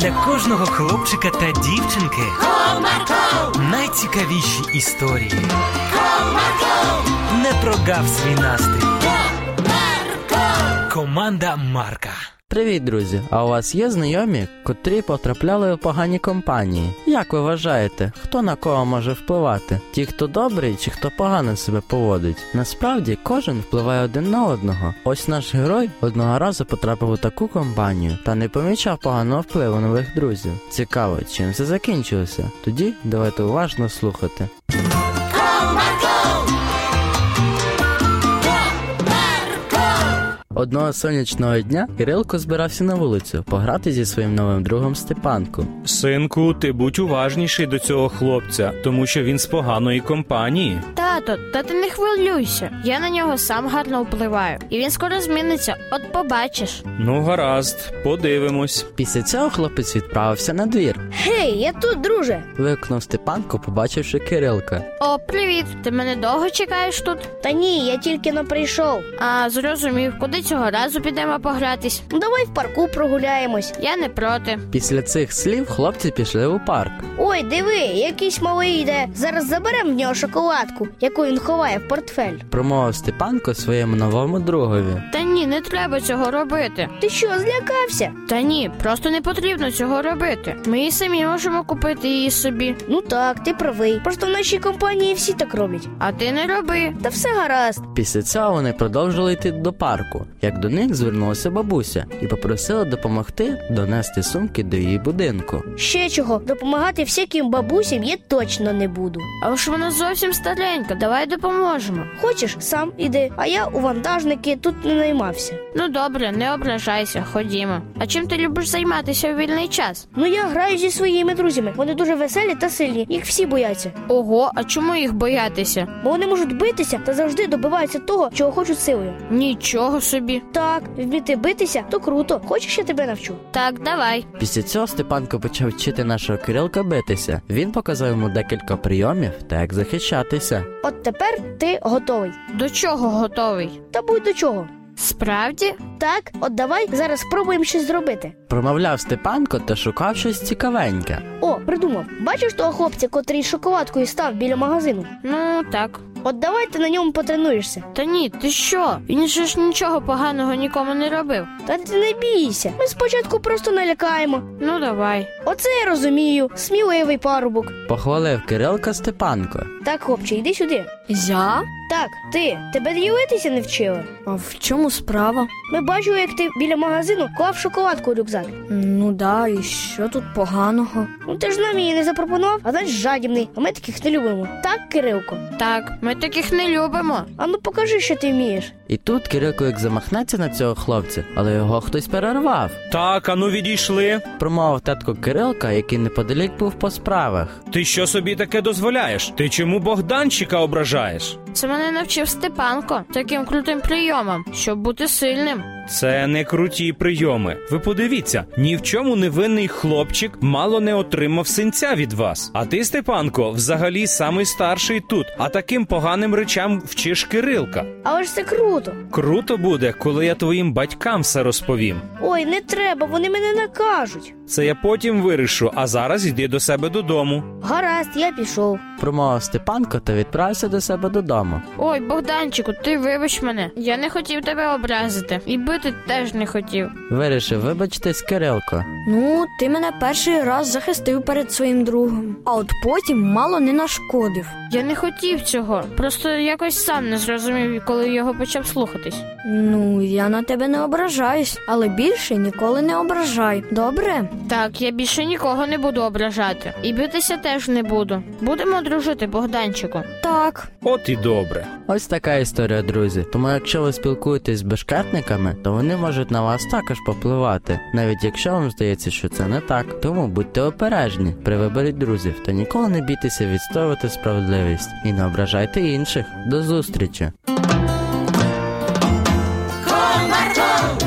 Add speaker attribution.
Speaker 1: для кожного хлопчика та дівчинки
Speaker 2: Comarco,
Speaker 1: найцікавіші історії.
Speaker 2: comarco,
Speaker 1: Не прогав свій настрій.
Speaker 2: comarco.
Speaker 1: Команда Марка.
Speaker 3: Привіт, друзі! А у вас є знайомі, котрі потрапляли у погані компанії? Як ви вважаєте, хто на кого може впливати? Ті, хто добрий чи хто погано себе поводить? Насправді кожен впливає один на одного. Ось наш герой одного разу потрапив у таку компанію та не помічав поганого впливу нових друзів. Цікаво, чим це закінчилося? Тоді давайте уважно слухати. Одного сонячного дня Кирилко збирався на вулицю пограти зі своїм новим другом Степанком.
Speaker 4: Синку, ти будь уважніший до цього хлопця, тому що він з поганої компанії.
Speaker 5: Тато, та ти не хвилюйся. Я на нього сам гарно впливаю, і він скоро зміниться. От побачиш.
Speaker 4: Ну, гаразд, подивимось.
Speaker 3: Після цього хлопець відправився на двір.
Speaker 5: Гей, я тут, друже.
Speaker 3: Викнув Степанко, побачивши Кирилка.
Speaker 5: О, привіт. Ти мене довго чекаєш тут?
Speaker 6: Та ні, я тільки но прийшов.
Speaker 5: А, зрозумів, куди цього разу підемо погратись.
Speaker 6: Давай в парку прогуляємось.
Speaker 5: Я не проти.
Speaker 3: Після цих слів хлопці пішли у парк.
Speaker 6: Ой, диви, якийсь малий йде. Зараз заберемо в нього шоколадку, яку він ховає в портфель.
Speaker 3: Промовив Степанко своєму новому другові.
Speaker 5: Та ні, не треба цього робити.
Speaker 6: Ти що, злякався?
Speaker 5: Та ні, просто не потрібно цього робити. Ми і самі можемо купити її собі.
Speaker 6: Ну так, ти правий. Просто в нашій компанії всі так роблять.
Speaker 5: А ти не роби.
Speaker 6: Та все гаразд.
Speaker 3: Після цього вони продовжили йти до парку, як до них звернулася бабуся і попросила допомогти донести сумки до її будинку.
Speaker 6: Ще чого, допомагати всяким бабусям я точно не буду.
Speaker 5: А ж вона зовсім старенька, давай допоможемо.
Speaker 6: Хочеш, сам іди, а я у вантажники тут не наймався.
Speaker 5: Ну добре, не ображайся, ходімо. А чим ти любиш займатися у вільний час?
Speaker 6: Ну я граю зі своїми друзями. Вони дуже веселі та сильні, їх всі бояться.
Speaker 5: Ого, а чому їх боятися?
Speaker 6: Бо вони можуть битися та завжди добиваються того, чого хочуть силою.
Speaker 5: Нічого собі.
Speaker 6: Так, вміти битися, то круто. Хочеш, я тебе навчу?
Speaker 5: Так, давай.
Speaker 3: Після цього Степанко почав вчити нашого Кирилка битися. Він показав йому декілька прийомів та як захищатися.
Speaker 6: От тепер ти готовий.
Speaker 5: До чого готовий?
Speaker 6: Та будь до чого.
Speaker 5: Справді?
Speaker 6: Так, от давай зараз спробуємо щось зробити.
Speaker 3: Промовляв Степанко та шукав щось цікавеньке.
Speaker 6: О, придумав. Бачиш того хлопця, котрий шоколадкою став біля магазину?
Speaker 5: Ну так.
Speaker 6: От давай ти на ньому потренуєшся.
Speaker 5: Та ні, ти що? Він же ж нічого поганого нікому не робив.
Speaker 6: Та ти не бійся. Ми спочатку просто налякаємо.
Speaker 5: Ну давай.
Speaker 6: Оце я розумію. Сміливий парубок.
Speaker 3: Похвалив Кирилка Степанко.
Speaker 6: Так, хлопче, йди сюди.
Speaker 7: Я?
Speaker 6: Так, ти тебе ділитися не вчила.
Speaker 7: А в чому справа?
Speaker 6: Ми бачили, як ти біля магазину клав шоколадку у рюкзак.
Speaker 7: Ну да, і що тут поганого?
Speaker 6: Ну ти ж нам її не запропонував, а значить жадібний, а ми таких не любимо. Так, Кирилко?
Speaker 5: Так, ми таких не любимо.
Speaker 6: А ну покажи, що ти вмієш.
Speaker 3: І тут Кирико як замахнеться на цього хлопця, але його хтось перервав.
Speaker 4: Так, ану відійшли.
Speaker 3: Промовив татко Кирилка, який неподалік був по справах.
Speaker 4: Ти що собі таке дозволяєш? Ти чому Богданчика ображаєш?
Speaker 5: Це мене навчив Степанко таким крутим прийомом, щоб бути сильним.
Speaker 4: Це не круті прийоми. Ви подивіться, ні в чому невинний хлопчик мало не отримав синця від вас. А ти, Степанко, взагалі самий старший тут, а таким поганим речам вчиш Кирилка.
Speaker 6: Але ж це круто.
Speaker 4: Круто буде, коли я твоїм батькам все розповім.
Speaker 6: Ой, не треба, вони мене накажуть.
Speaker 4: Це я потім вирішу, а зараз йди до себе додому.
Speaker 6: Гаразд, я пішов.
Speaker 3: Промовив Степанко та відправився до себе додому.
Speaker 5: Ой, Богданчику, ти вибач мене. Я не хотів тебе образити. І бити теж не хотів.
Speaker 3: Вирішив вибачитись Кирилко.
Speaker 7: Ну, ти мене перший раз захистив перед своїм другом, а от потім мало не нашкодив.
Speaker 5: Я не хотів цього. Просто якось сам не зрозумів, коли його почав слухатись.
Speaker 7: Ну, я на тебе не ображаюсь, але більше ніколи не ображай. Добре?
Speaker 5: Так, я більше нікого не буду ображати. І битися теж не буду. Будемо дружити, Богданчику.
Speaker 7: Так.
Speaker 4: От і добре.
Speaker 3: Ось така історія, друзі. Тому якщо ви спілкуєтесь з бешкетниками, то вони можуть на вас також попливати, навіть якщо вам здається, що це не так. Тому будьте обережні при виборі друзів та ніколи не бійтеся відстоювати справедливість і не ображайте інших. До зустрічі!
Speaker 2: Comarco,